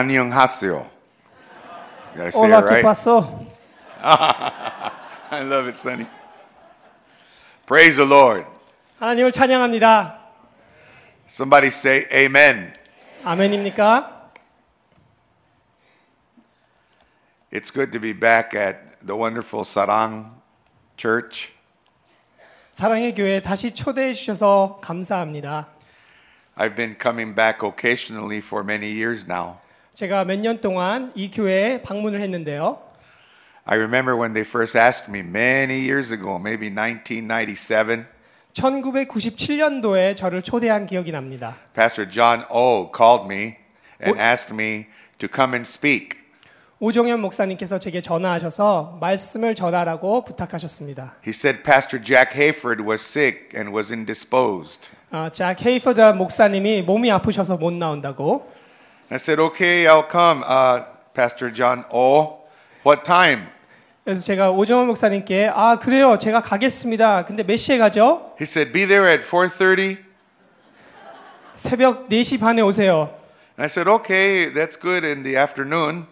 안녕하세요. Did I say Hola, it ¿qué right? pasó? I love it, Sonny. Praise the Lord. 하나님을 찬양합니다. Somebody say amen. 아멘입니까? It's good to be back at the wonderful Sarang Church. 사랑의 교회 다시 초대해 주셔서 감사합니다. I've been coming back occasionally for many years now. 제가 몇 년 동안 이 교회에 방문을 했는데요. I remember when they first asked me many years ago, maybe 1997, 1997년도에 저를 초대한 기억이 납니다. Pastor John O called me and What- asked me to come and speak. 오종현 목사님께서 제게 전화하셔서 말씀을 전하라고 부탁하셨습니다. He said Pastor Jack Hayford was sick and was indisposed. 아, 잭 헤이퍼드란 목사님이 몸이 아프셔서 못 나온다고. I said, okay, I'll come, uh, Pastor John O. What time? 그래서 제가 오종현 목사님께 아 그래요 제가 가겠습니다. 근데 몇 시에 가죠? He said, be there at 4.30. 새벽 4시 반에 오세요. And I said, okay, that's good in the afternoon.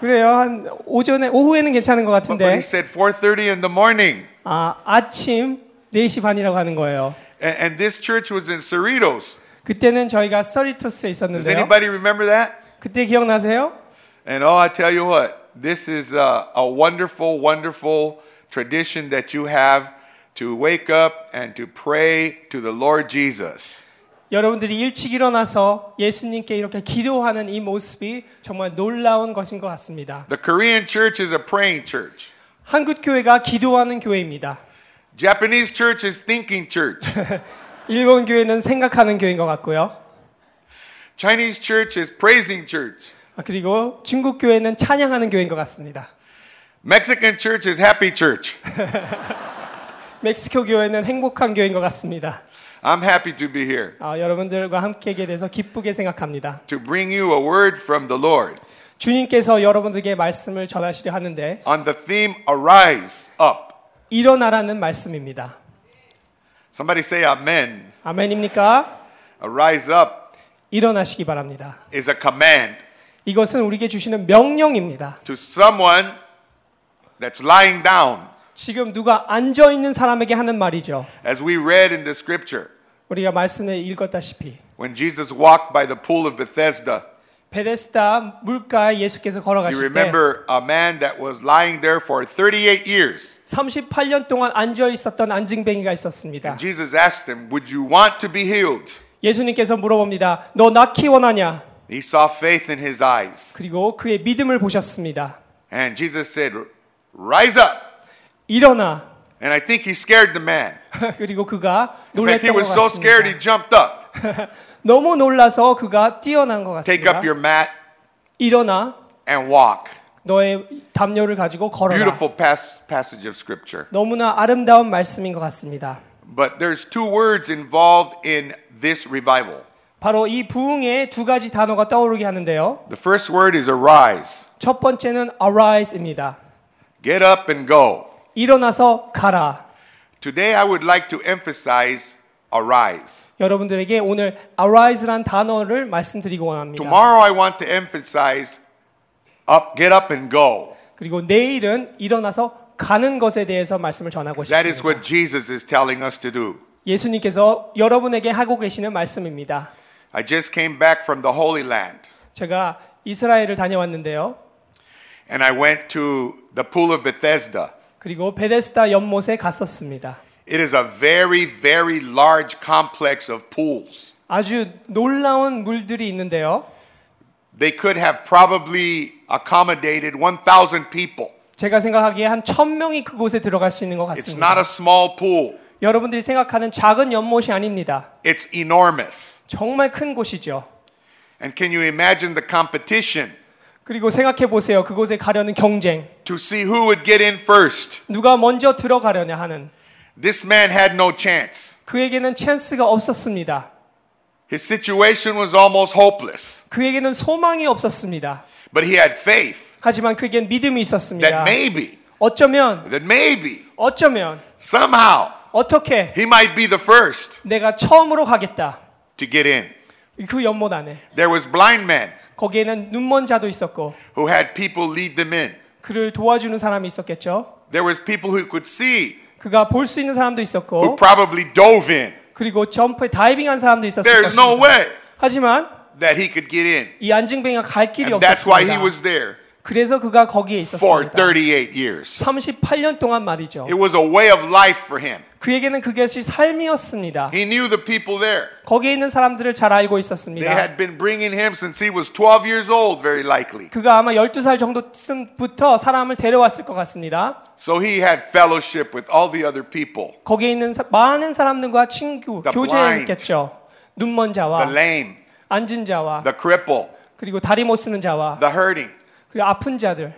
그래요. 한 오전에 오후에는 괜찮은 것 But, 같은데 but he said 4.30 in the morning. 아 아침 4시 반이라고 하는 거예요. And, and this church was in Cerritos. 그때는 저희가 서리토스에 Does 있었는데요. anybody remember that? 그때 기억나세요? And oh, I tell you what, this is a, a wonderful, wonderful tradition that you have to wake up and to pray to the Lord Jesus. 여러분들이 일찍 일어나서 예수님께 이렇게 기도하는 이 모습이 정말 놀라운 것인 것 같습니다. The Korean church is a praying church. 한국 교회가 기도하는 교회입니다. Japanese church is thinking church. 일본 교회는 생각하는 교회인 것 같고요. Chinese church is praising church. 아, 그리고 중국 교회는 찬양하는 교회인 것 같습니다. Mexican church is happy church. 멕시코 교회는 행복한 교회인 것 같습니다. I'm happy to be here 아, 여러분들과 함께하게 돼서 기쁘게 생각합니다. to bring you a word from the Lord 주님께서 여러분들에게 말씀을 전하시려 하는데 on the theme arise up. 일어나라는 말씀입니다. Somebody say amen. 아멘입니까? Arise up 일어나시기 바랍니다. is a command 이것은 우리에게 주시는 명령입니다. to someone that's lying down, 지금 누가 앉아 있는 사람에게 하는 말이죠. as we read in the scripture. 우리가 말씀에 읽었다시피 When Jesus walked by the pool of Bethesda, 베데스다 물가에 예수께서 you 걸어가실 때 remember a man that was lying there for 38 years. 38년 동안 앉아 있었던 안증뱅이가 있었습니다. Jesus asked him, Would you want to be healed? 예수님께서 물어봅니다. 너 낳기 원하냐? He saw faith in his eyes. 그리고 그의 믿음을 보셨습니다. And Jesus said, Rise up. 일어나. And I think he scared the man. 그리고 그가 In fact, he 놀랬던 것 was so scared he 같습니다. jumped up. 너무 놀라서 그가 뛰어난 것 Take 같습니다. up your mat 일어나. and walk. 너의 담요를 가지고 걸어라. Beautiful pas- passage of scripture. 너무나 아름다운 말씀인 것 같습니다. But there's two words involved in this revival. 바로 이 부흥의 두 가지 단어가 떠오르게 하는데요. The first word is arise. 첫 번째는 arise입니다. Get up and go. 일어나서 가라. Today I would like to emphasize arise. 여러분들에게 오늘 arise란 단어를 말씀드리고 원합니다. Tomorrow I want to emphasize up get up and go. 그리고 내일은 일어나서 가는 것에 대해서 말씀을 전하고 That is 싶습니다. what Jesus is telling us to do. 예수님께서 여러분에게 하고 계시는 말씀입니다. I just came back from the Holy Land 제가 이스라엘을 다녀왔는데요. and I went to the pool of Bethesda. 그리고 베데스다 연못에 갔었습니다. It is a very very large complex of pools. 아주 놀라운 물들이 있는데요. They could have probably accommodated 1,000 people. 제가 생각하기에 한 천명이 그곳에 들어갈 수 있는 것 It's not 같습니다. a small pool. 여러분들이 생각하는 작은 연못이 아닙니다. It's enormous. 정말 큰 곳이죠. And can you imagine the competition 그리고 생각해 보세요. 그곳에 가려는 경쟁. to see who would get in first? 누가 먼저 들어가려냐 하는. This man had no chance. 그에게는 찬스가 없었습니다. His situation was almost hopeless, 그에게는 소망이 없었습니다. but he had faith 하지만 그에겐 믿음이 that 있었습니다. maybe, 어쩌면 that maybe, 어쩌면 somehow, 어떻게 he might be the first 내가 처음으로 가겠다. to get in. 그 연못 안에 There was blind men 거기에는 눈먼 자도 있었고 who had people lead them in. 그를 도와주는 사람이 있었겠죠. There was people who could see 그가 볼 수 있는 사람도 who 있었고 probably dove in. 그리고 점프에 다이빙한 사람도 있었을 There's no 것입니다. way 하지만 that he could get in. 이 안징뱅이가 갈 길이 And that's why he 없었습니다. was there 그래서 그가 거기에 for 있었습니다. 38 years. 38년 동안 말이죠. It was a way of life for him. 그에게는 그것이 삶이었습니다. He knew the people there. 거기에 있는 사람들을 잘 알고 They 있었습니다. had been bringing him since he was 12 years old, very likely. 그가 아마 12살 정도쯤부터 사람을 데려왔을 것 같습니다. So he had fellowship with all the other people 거기에 있는 사- 많은 사람들과 친구, The 교제했겠죠. 눈먼 the 자와 lame, 앉은 자와 the cripple, 그리고 다리 못 쓰는 자와 the hurting. 그리고 아픈 자들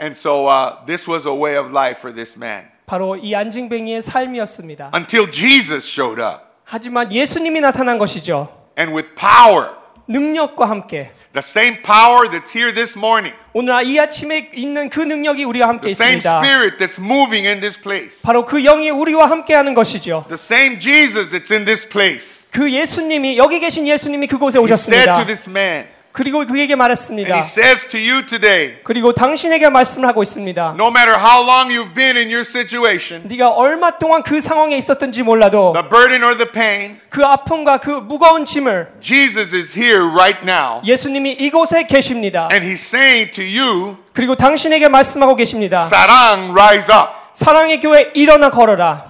And so uh, this was a way of life for this man 바로 이 안징뱅이의 삶이었습니다. until Jesus showed up 하지만 예수님이 나타난 것이죠. and with power, 능력과 함께 the same power that's here this morning, 오늘 이 아침에 있는 그 능력이 우리와 함께 the same 있습니다. spirit that's moving in this place, 바로 그 영이 우리와 함께하는 것이죠. the same Jesus that's in this place. 그 예수님이 여기 계신 예수님이 그곳에 He said to 오셨습니다. this man, 그리고 and 그에게 말했습니다. he says to you today, 그리고 당신에게 말씀을 하고 있습니다. no matter how long you've been in your situation, 네가 얼마 동안 그 상황에 있었든지 몰라도 the burden or the pain, 그 아픔과 그 무거운 짐을 Jesus is here right now. 예수님이 이곳에 계십니다. And he's saying to you, 그리고 당신에게 말씀하고 계십니다. Sarang, rise up. 사랑의 교회 일어나 걸어라.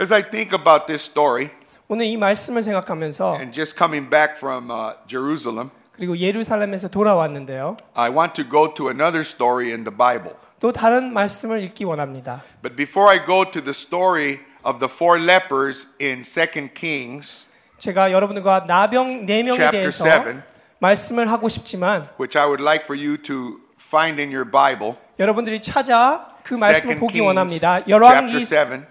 As I think about this story 오늘 이 말씀을 생각하면서 and just coming back from uh, Jerusalem, 그리고 예루살렘에서 돌아왔는데요. I want to go to another story in the Bible. 또 다른 말씀을 읽기 원합니다. But before I go to the story of the four lepers in 2 Kings, 제가 여러분들과 나병 네 명에 Chapter 대해서 seven. 말씀을 하고 싶지만 which I would like for you to find in your Bible, 여러분들이 찾아 그 2 말씀을 보기 Kings 원합니다. chapter 열왕기 7,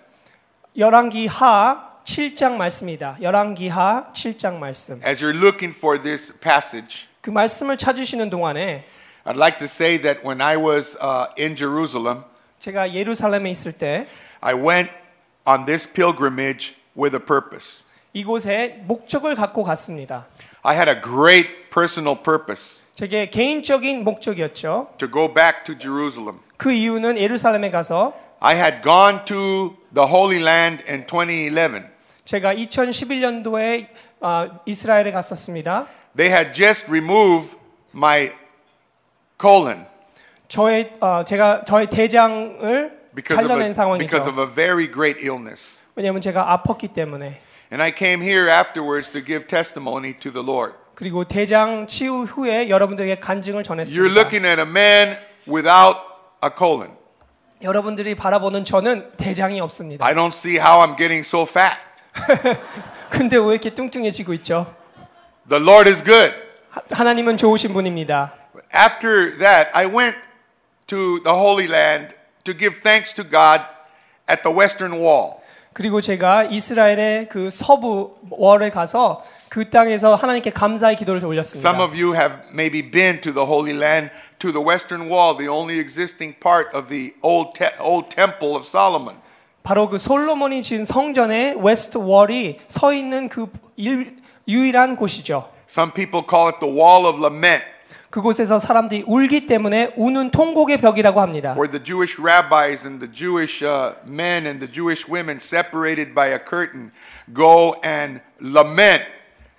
열왕기하 7장 말씀입니다. 열왕기하 7장 말씀. as you're looking for this passage, 그 말씀을 찾으시는 동안에 I'd like to say that when I was uh, in Jerusalem, 제가 예루살렘에 있을 때 I went on this pilgrimage with a purpose. 이곳에 목적을 갖고 갔습니다. I had a great personal purpose 제게 개인적인 목적이었죠. to go back to Jerusalem. 그 이유는 예루살렘에 가서 I had gone to the Holy Land in 2011. 제가 2011년도에 아, 이스라엘에 갔었습니다. They had just removed my colon 저의 어, 제가 저의 대장을 because, of 잘라낸 a, because 상황이죠. of a very great illness. 왜냐하면 제가 아팠기 때문에 And I came here afterwards to give testimony to the Lord. 그리고 대장 치유 후에 여러분들에게 간증을 You're 전했습니다. looking at a man without a colon. 여러분들이 바라보는 저는 대장이 없습니다. I don't see how I'm getting so fat. 근데 왜 이렇게 뚱뚱해지고 있죠? The Lord is good. 하- 하나님은 좋으신 분입니다. After that, I went to the Holy Land to give thanks to God at the Western Wall. 그리고 제가 이스라엘의 그 서부 월에 가서 그 땅에서 하나님께 감사의 기도를 Some 올렸습니다. of you have maybe been to the Holy Land, to the Western Wall, the only existing part of the old, te- old Temple of Solomon. 바로 그 솔로몬이 지은 성전의 웨스트 월이 서 있는 그 일- 유일한 곳이죠. Some people call it the Wall of Lament, 그곳에서 사람들이 울기 때문에 우는 통곡의 벽이라고 합니다. where the Jewish rabbis and the Jewish uh, men and the Jewish women, separated by a curtain, go and lament,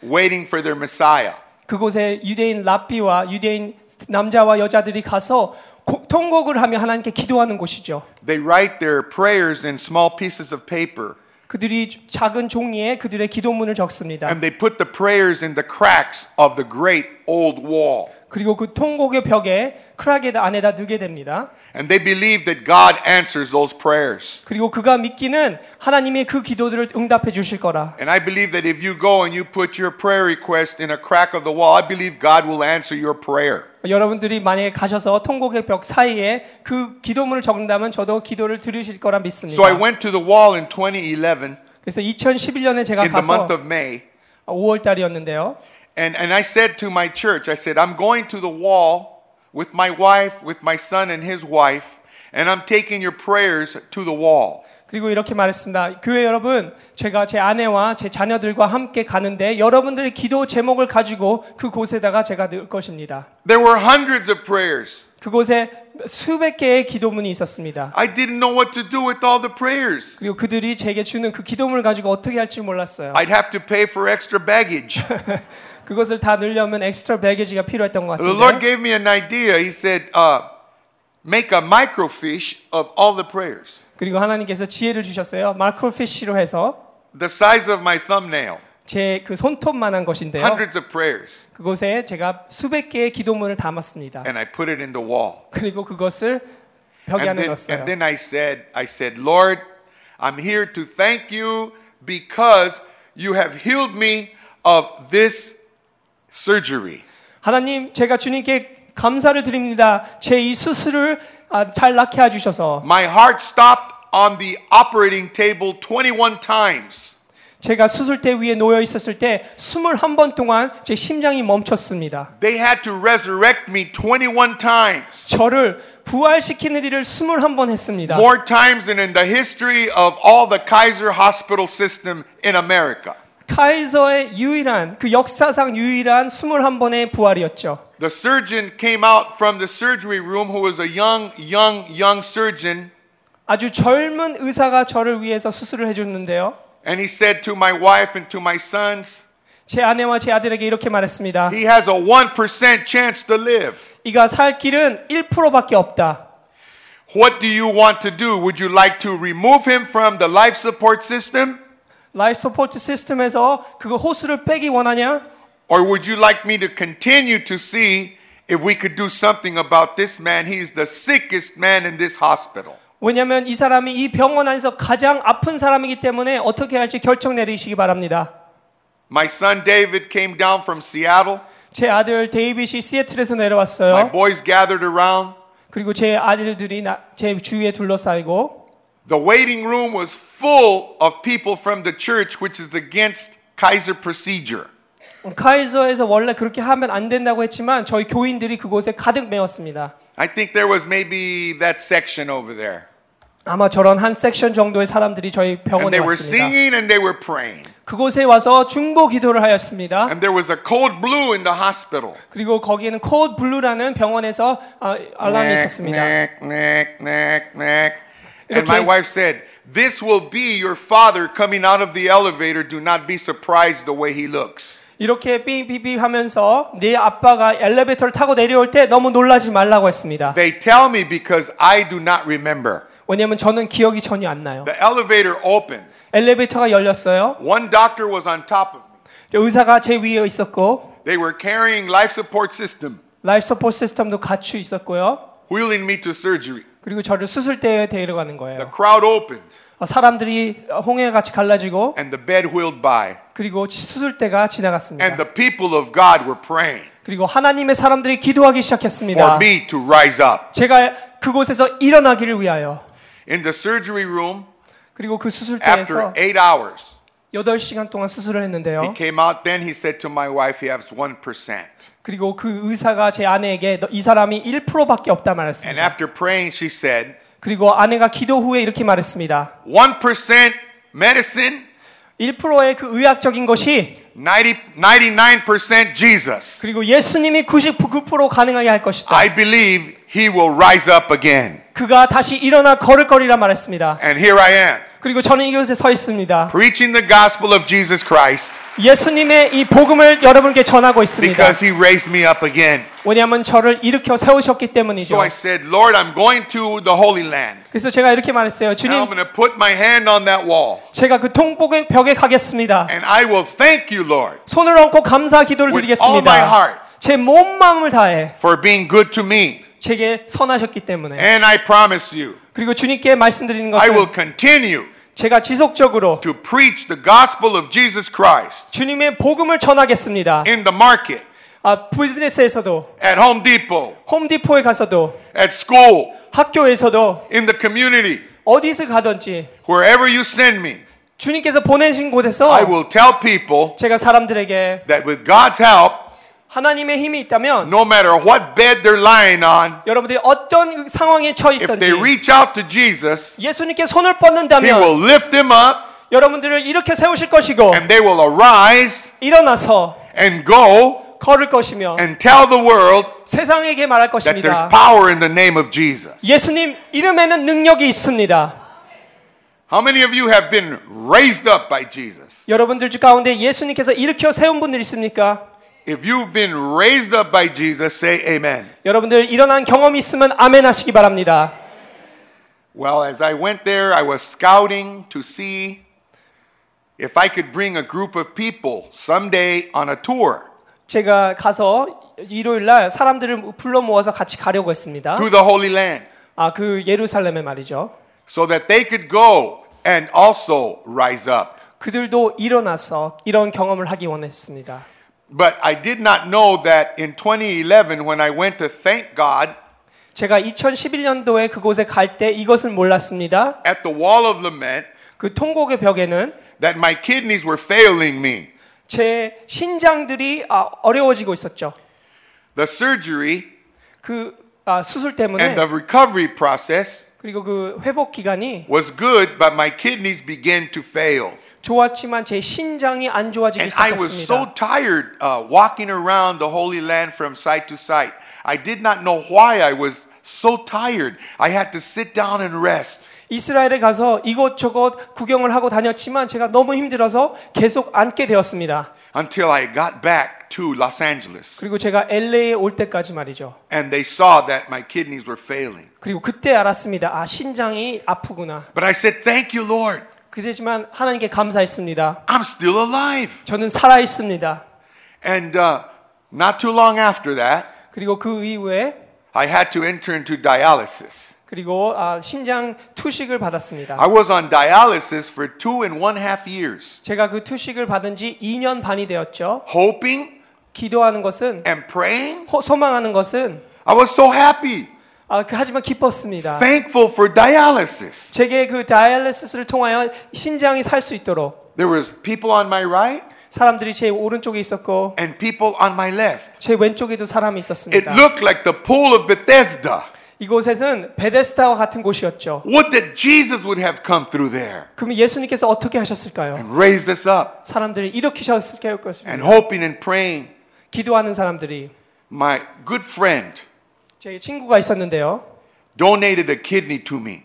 waiting for their Messiah. 그곳에 유대인 랍비와 유대인 남자와 여자들이 가서 고- 통곡을 하며 하나님께 기도하는 곳이죠. They write their prayers in small pieces of paper. 그들이 작은 종이에 그들의 기도문을 적습니다. and they put the prayers in the cracks of the great old wall. 그리고 그 통곡의 벽에 크라게 안에다 넣게 됩니다. And they believe that God answers those prayers. 그리고 그가 믿기는 하나님이 그 기도들을 응답해 주실 거라. And I believe that if you go and you put your prayer request in a crack of the wall, I believe God will answer your prayer. 여러분들이 만약에 가셔서 통곡의 벽 사이에 그 기도문을 적는다면 저도 기도를 들으실 So I 거라 믿습니다. went to the wall in 2011 그래서 2011년에 제가 in the 가서 month of May. 5월 달이었는데요. And, and I said to my church, I said, I'm going to the wall with my wife, with my son and his wife, and I'm taking your prayers to the wall. 그리고 이렇게 말했습니다. 교회 여러분, 제가 제 아내와 제 자녀들과 함께 가는데 여러분들의 기도 제목을 가지고 그곳에다가 제가 넣을 것입니다. There were hundreds of prayers. 그곳에 수백 개의 기도문이 있었습니다. I didn't know what to do with all the prayers. 그리고 그들이 제게 주는 그 기도문을 가지고 어떻게 할지 몰랐어요. I'd have to pay for extra baggage. 그것을 다 넣으려면 엑스트라 베게지가 필요했던 것 the Lord 같은데 gave me an idea. He said, uh, make a microfiche of all the prayers, 그리고 하나님께서 지혜를 주셨어요. 마크로피쉬로 해서 the size of my thumbnail, 제 그 손톱만한 것인데요. hundreds of prayers. 그곳에 제가 수백 개의 기도문을 담았습니다. And I put it in the wall. 그리고 그것을 벽에 And 안에 then, 넣었어요. and then I said, I said, Lord, I'm here to thank you because you have healed me of this surgery. 하나님, 제가 주님께 감사를 드립니다. 제 이 수술을 아, 잘 낫게 해주셔서 My heart stopped on the operating table 21 times. 제가 수술대 위에 놓여 있었을 때 21번 동안 제 심장이 멈췄습니다. They had to resurrect me 21 times. 저를 부활시키는 일을 21번 했습니다. More times than in the history of all the Kaiser hospital system in America. 카이저의 유일한 그 역사상 유일한 21번의 부활이었죠. The surgeon came out from the surgery room who was a young, young, young surgeon. 아주 젊은 의사가 저를 위해서 수술을 해줬는데요. And he said to my wife and to my sons, 제 아내와 제 아들에게 이렇게 말했습니다. He has a 1% chance to live. 이가 살 길은 1%밖에 없다. What do you want to do? Would you like to remove him from the life support system? 라이프 서포트 시스템에서 그거 호수를 빼기 원하냐? Or would you like me to continue to see if we could do something about this man? He's the sickest man in this hospital. 왜냐면 이 사람이 이 병원 안에서 가장 아픈 사람이기 때문에 어떻게 할지 결정 내리시기 바랍니다. My son David came down from Seattle. 제 아들 데이빗이 시애틀에서 My 내려왔어요. boys gathered around. 그리고 제 아들들이 나- 제 주위에 둘러싸이고 The waiting room was full of people from the church, which is against Kaiser procedure. 음, 카이저에서 원래 그렇게 하면 안 된다고 했지만 저희 교인들이 그곳에 가득 메웠습니다. I think there was maybe that section over there. 아마 저런 한 섹션 정도의 사람들이 저희 And 병원에 they were 왔습니다. singing and they were praying. 그곳에 와서 중보 기도를 하였습니다. And there was a cold blue in the hospital. 그리고 거기에는 코드 블루라는 병원에서 아, 네, 알람이 있었습니다. Knack, knack, knack, knack. And Okay. my wife said, This will be your father coming out of the elevator. Do not be surprised the way he looks. 이렇게 삐삐삐 하면서 네 아빠가 엘리베이터를 타고 내려올 때 너무 놀라지 말라고 했습니다. They tell me because I do not remember. 왜냐면 저는 기억이 전혀 안 나요. The elevator opened. 엘리베이터가 열렸어요. One doctor was on top of me. 의사가 제 위에 있었고 They were carrying life support system, 라이프 서포트 시스템도 같이 있었고요. wheeling me to surgery. 그리고 저를 수술대에 데려가는 The 거예요. crowd opened 어, 사람들이 홍해같이 갈라지고 and the bed wheeled by. 그리고 치- 수술대가 And 지나갔습니다. the people of God were praying 그리고 하나님의 사람들이 기도하기 for 시작했습니다. me to rise up. 제가 그곳에서 일어나기를 위하여 In the surgery room, 그리고 그 수술대에서 after eight hours, 8시간 동안 수술을 He 했는데요. came out then, he said to my wife, he has 1%. 그리고 그 의사가 제 아내에게 "너- 이 사람이 1%밖에 없다 And 말했습니다. after praying, she said, 그리고 아내가 기도 후에 이렇게 말했습니다. 1% medicine, 1%의 그 의학적인 것이 90, 99% Jesus. 그리고 예수님이 99% 가능하게 할 것이다. I believe he will rise up again. 그가 다시 일어나 걸을 거리라 말했습니다. And here I am, 그리고 저는 이곳에 서 있습니다. preaching the gospel of Jesus Christ 예수님의 이 복음을 여러분께 전하고 있습니다. because he raised me up again. 왜냐하면 저를 일으켜 세우셨기 때문이죠. So I said, Lord, I'm going to the Holy Land. 그래서 제가 이렇게 말했어요. Now I'm 주님, going to put my hand on that wall. 제가 그 통곡의 벽에 가겠습니다. And I will thank you, Lord, 손을 얹고 감사 기도를 With all my heart. 드리겠습니다. 제 온 마음을 다해 for being good to me. 제게 선하셨기 때문에 And I promise you, 그리고 주님께 말씀드리는 네. I will 것은 continue 제가 지속적으로 to preach the gospel of Jesus Christ 주님의 복음을 전하겠습니다. in the market, 아, 비즈니스에서도 at Home Depot, 홈디포에 가서도 at school, 학교에서도 in the community, 어디서 가든지 wherever you send me. 주님께서 보내신 I 곳에서 will tell people 제가 사람들에게 that with God's help, 하나님의 힘이 있다면 No matter what bed they're lying on, 여러분들이 어떤 상황에 처해 if they 있든지 reach out to Jesus, 예수님께 손을 He 뻗는다면 will lift them up 여러분들을 이렇게 세우실 것이고 and they will arise 일어나서 and go 걸을 것이며 and tell the world 세상에게 말할 that there's 것입니다. power in the name of Jesus. 예수님 이름에는 능력이 있습니다. How many of you have been raised up by Jesus? 여러분들 중 가운데 예수님께서 일으켜 세운 분들 있습니까? If you've been raised up by Jesus, say amen. 여러분들 일어난 경험이 있으면 아멘 하시기 바랍니다. Well, as I went there, I was scouting to see if I could bring a group of people someday on a tour 제가 가서 일요일 날 사람들을 불러 모아서 같이 가려고 했습니다. to the Holy Land 아, 그 예루살렘에 말이죠. so that they could go and also rise up. 그들도 일어나서 이런 경험을 하기 원했습니다. But I did not know that in 2011, when I went to thank God 제가 2011년도에 그곳에 갈 때 이것을 몰랐습니다. at the Wall of Lament, 그 통곡의 벽에는 that my kidneys were failing me. 제 신장들이 아, 어려워지고 있었죠. The surgery 그 아, 수술 때문에 and the recovery process 그리고 그 회복 기간이 was good, but my kidneys began to fail. 좋았지만 제 신장이 안 좋아지기 And I was so 시작했습니다. tired uh, walking around the Holy Land from site to site. I did not know why I was so tired. I had to sit down and rest. 이스라엘에 가서 이곳저곳 구경을 하고 다녔지만 제가 너무 힘들어서 계속 앉게 되었습니다. until I got back to Los Angeles. 그리고 제가 LA에 올 때까지 말이죠. And they saw that my kidneys were failing. 그리고 그때 알았습니다. 아, 신장이 아프구나. But I said, Thank you, Lord. 그되지만 하나님께 감사했습니다. I'm still alive. 저는 살아 있습니다. And uh, not too long after that, 그리고 그 이후에 I had to enter into dialysis. 그리고 아, 신장 투식을 받았습니다. I was on dialysis for two and one half years, 제가 그 투식을 받은 지 2년 반이 되었죠. hoping 기도하는 것은 and praying. 호- 소망하는 것은 I was so happy, 아, 그, 하지만 기뻤습니다. thankful for dialysis. 제게 그 다이알리시스를 통하여 신장이 살 수 있도록 There was people on my right 사람들이 제 오른쪽에 있었고 and people on my left. 제 왼쪽에도 사람이 It 있었습니다. looked like the pool of Bethesda. 이곳에는 베데스다와 같은 곳이었죠. Would that Jesus would have come through there 그럼 예수님께서 어떻게 하셨을까요? and raised us up. 사람들이 일으키셨을 And 것입니다. hoping and praying, 기도하는 사람들이 my good friend 제 친구가 있었는데요. donated a kidney to me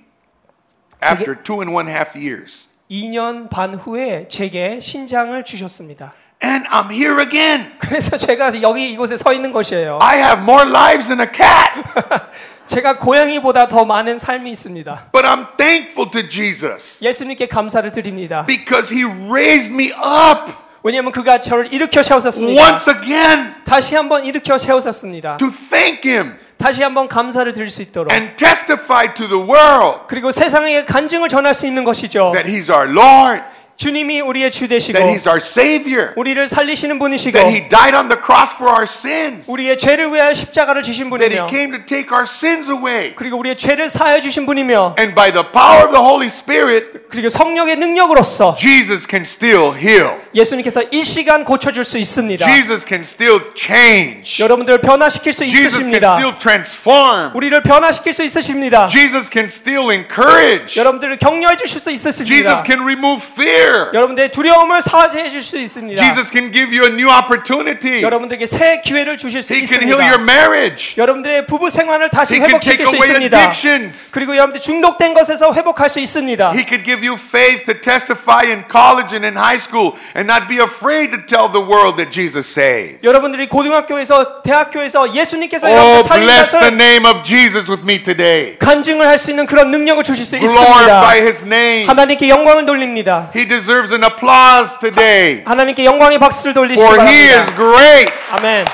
after two and one half years. 2년 반 후에 제게 신장을 주셨습니다. And I'm here again. 그래서 제가 여기 이곳에 서 있는 것이에요. I have more lives than a cat, 제가 고양이보다 더 많은 삶이 있습니다. but I'm thankful to Jesus 예수님께 감사를 드립니다. because he raised me up 왜냐하면 그가 저를 일으켜 세우셨습니다. once again 다시 한번 일으켜 세우셨습니다. to thank him 다시 한번 감사를 드릴 수 있도록 and testify to the world 그리고 세상에 간증을 전할 수 있는 것이죠. that he's our Lord, 주님이 우리의 주 되시고 that he's our Savior, 우리를 살리시는 분이시고 that he died on the cross for our sins. 우리의 죄를 위하여 십자가를 지신 that he 분이며 came to take our sins away. 그리고 우리의 죄를 사하여 주신 분이며 And by the power of the Holy Spirit, 그리고 성령의 능력으로서 Jesus can still heal. 예수님께서 이 시간 고쳐줄 수 있습니다. Jesus can still change. 여러분들을 변화시킬 수 Jesus can 있으십니다. still transform. 우리를 변화시킬 수 있으십니다. Jesus can still encourage. 여러분들을 격려해 주실 수 Jesus 있으십니다. can remove fear. 여러분들의 두려움을 사죄해 주실 수 있습니다. Jesus can give you a new opportunity. 여러분들에게 새 기회를 주실 수 He can heal your 있습니다. marriage. 여러분들의 부부 생활을 다시 He can take 회복시킬 수 away 있습니다. addictions. 그리고 여러분들 중독된 것에서 회복할 수 있습니다. He could give you faith to testify in college and in high school and not be afraid to tell the world that Jesus saved. 여러분들이 고등학교에서 대학교에서 예수님께서 Oh, 여러분을 bless the 살리셔서 name of Jesus with me today. 간증을 할 수 있는 그런 능력을 주실 수 Glorify 있습니다. his name. 하나님께 영광을 돌립니다. He deserves an applause today. 하나님께 영광의 박수를 돌리시기 For he is 바랍니다. great 아멘.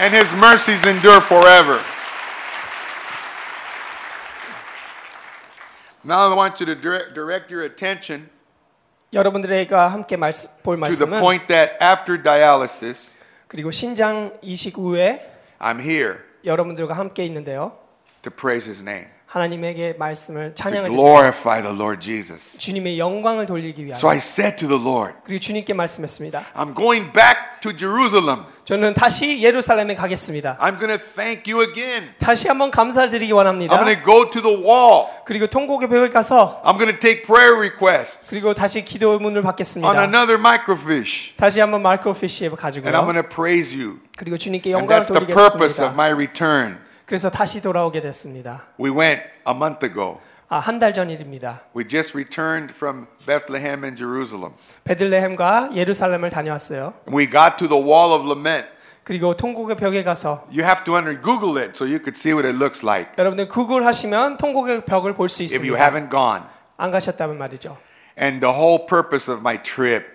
and his mercies endure forever. Now I want you to direct, direct your attention 여러분들과 함께 말씀, 볼 to the 말씀은 point that after dialysis, 그리고 신장 이식 후에 I'm here 여러분들과 함께 있는데요. to praise his name. 하나님에게 말씀을 to 찬양을 드리고 glorify the Lord Jesus. 주님의 영광을 돌리기 위하여 So I said to the Lord, 그리고 주님께 말씀했습니다. I'm going back to Jerusalem. 저는 다시 예루살렘에 가겠습니다. I'm going to thank you again. 다시 한번 감사드리기 원합니다. I'm going to go to the wall. 그리고 통곡의 벽에 가서 I'm going to take prayer requests 그리고 다시 기도문을 on 받겠습니다. another microfiche. 다시 한번 마크 피시에 가지고 And I'm going to praise you. 그리고 주님께 And 영광을 that's the purpose of 돌리겠습니다. my return. 그래서 다시 돌아오게 됐습니다. We went a month ago. 아, 한 달 전 일입니다. We just returned from Bethlehem and Jerusalem. 베들레헴과 예루살렘을 다녀왔어요. We got to the wall of lament. 그리고 통곡의 벽에 가서 You have to under Google it so you could see what it looks like 여러분들 구글 하시면 통곡의 벽을 볼 수 if you 있습니다. haven't gone. 안 가셨다면 말이죠. And the whole purpose of my trip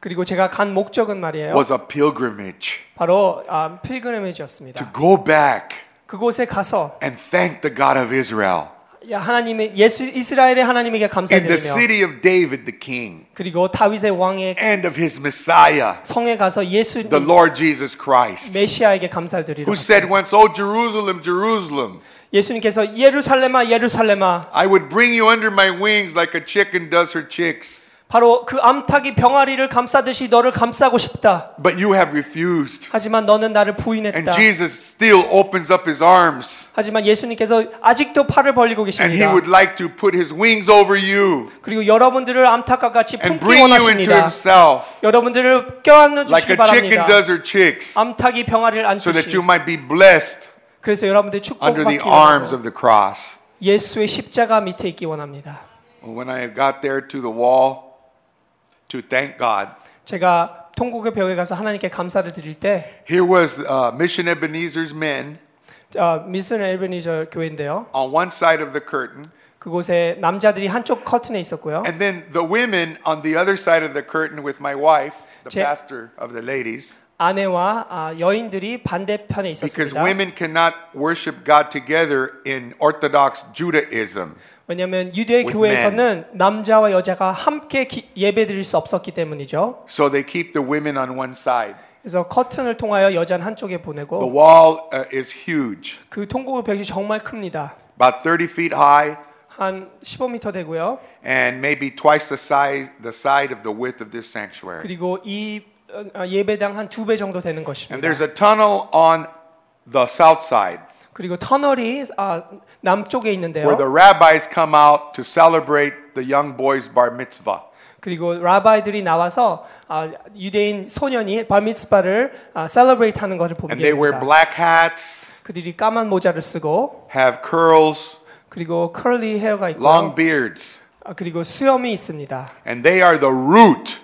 그리고 제가 간 목적은 말이에요. was a pilgrimage 바로 아, to 필그레메이지였습니다. go back 그곳에 가서 and thank the God of Israel 야, 하나님의 예수 이스라엘의 하나님에게 and the 감사드리며 city of David the king 그리고 다윗의 왕의 and of his Messiah, 성에 가서 예수 the Lord Jesus Christ, 메시아에게 감사를 드리러 who 갔어요. said once, Oh, Jerusalem, Jerusalem, 예수님께서 예루살렘아 예루살렘아 I would bring you under my wings like a chicken does her chicks, 바로 그 암탉이 병아리를 감싸듯이 너를 감싸고 싶다. but you have refused. 하지만 너는 나를 부인했다. And Jesus still opens up his arms. 하지만 예수님께서 아직도 팔을 벌리고 And he 계십니다. would like to put his wings over you 그리고 여러분들을 암탉과 같이 and 품기 bring you into 원하십니다. himself 여러분들을 껴안는 like 주시기 a chicken 바랍니다. does her chicks 암탉이 병아리를 안 so that you 주시. might be blessed 그래서 여러분들이 under 축복받기 the arms 원하고 of the cross. 예수의 십자가 밑에 있기 원합니다. When I got there to the wall to thank God, 제가 통곡의 벽에 가서 하나님께 감사를 드릴 때 here was uh, Mission Ebenezer's men 어, 미슨 엘베니저 교회인데요. on one side of the curtain 그곳에 남자들이 한쪽 커튼에 있었고요. and then the women on the other side of the curtain with my wife, the Che- pastor of the ladies. 아내와 아, 여인들이 반대편에 Because 있었습니다. women cannot worship God together in Orthodox Judaism. 왜냐하면 유대 with 교회에서는 남자와 여자가 함께 기- 예배드릴 수 없었기 때문이죠. So they keep the women on one side. 그래서 커튼을 통하여 여자는 한쪽에 The 보내고 wall uh, is huge, 그 통곡의 벽이 정말 큽니다. about 30 feet high 한 15m 되고요. and maybe twice the size the side of the width of this sanctuary. 그리고 이 어, 예배당 한 두 배 정도 되는 And 것입니다. there's a tunnel on the south side 그리고 터널이 아, 남쪽에 있는데요. where the rabbis come out to celebrate the young boy's bar mitzvah. 그리고 라바이들이 나와서 아, 유대인 소년이 발미츠바를 아, 셀러브레이트 하는 것을 보게 And they wear 됩니다. black hats, 그들이 까만 모자를 쓰고 have curls, 그리고 curly 헤어가 있고 long beards, 아, 그리고 수염이 있습니다. and they are the root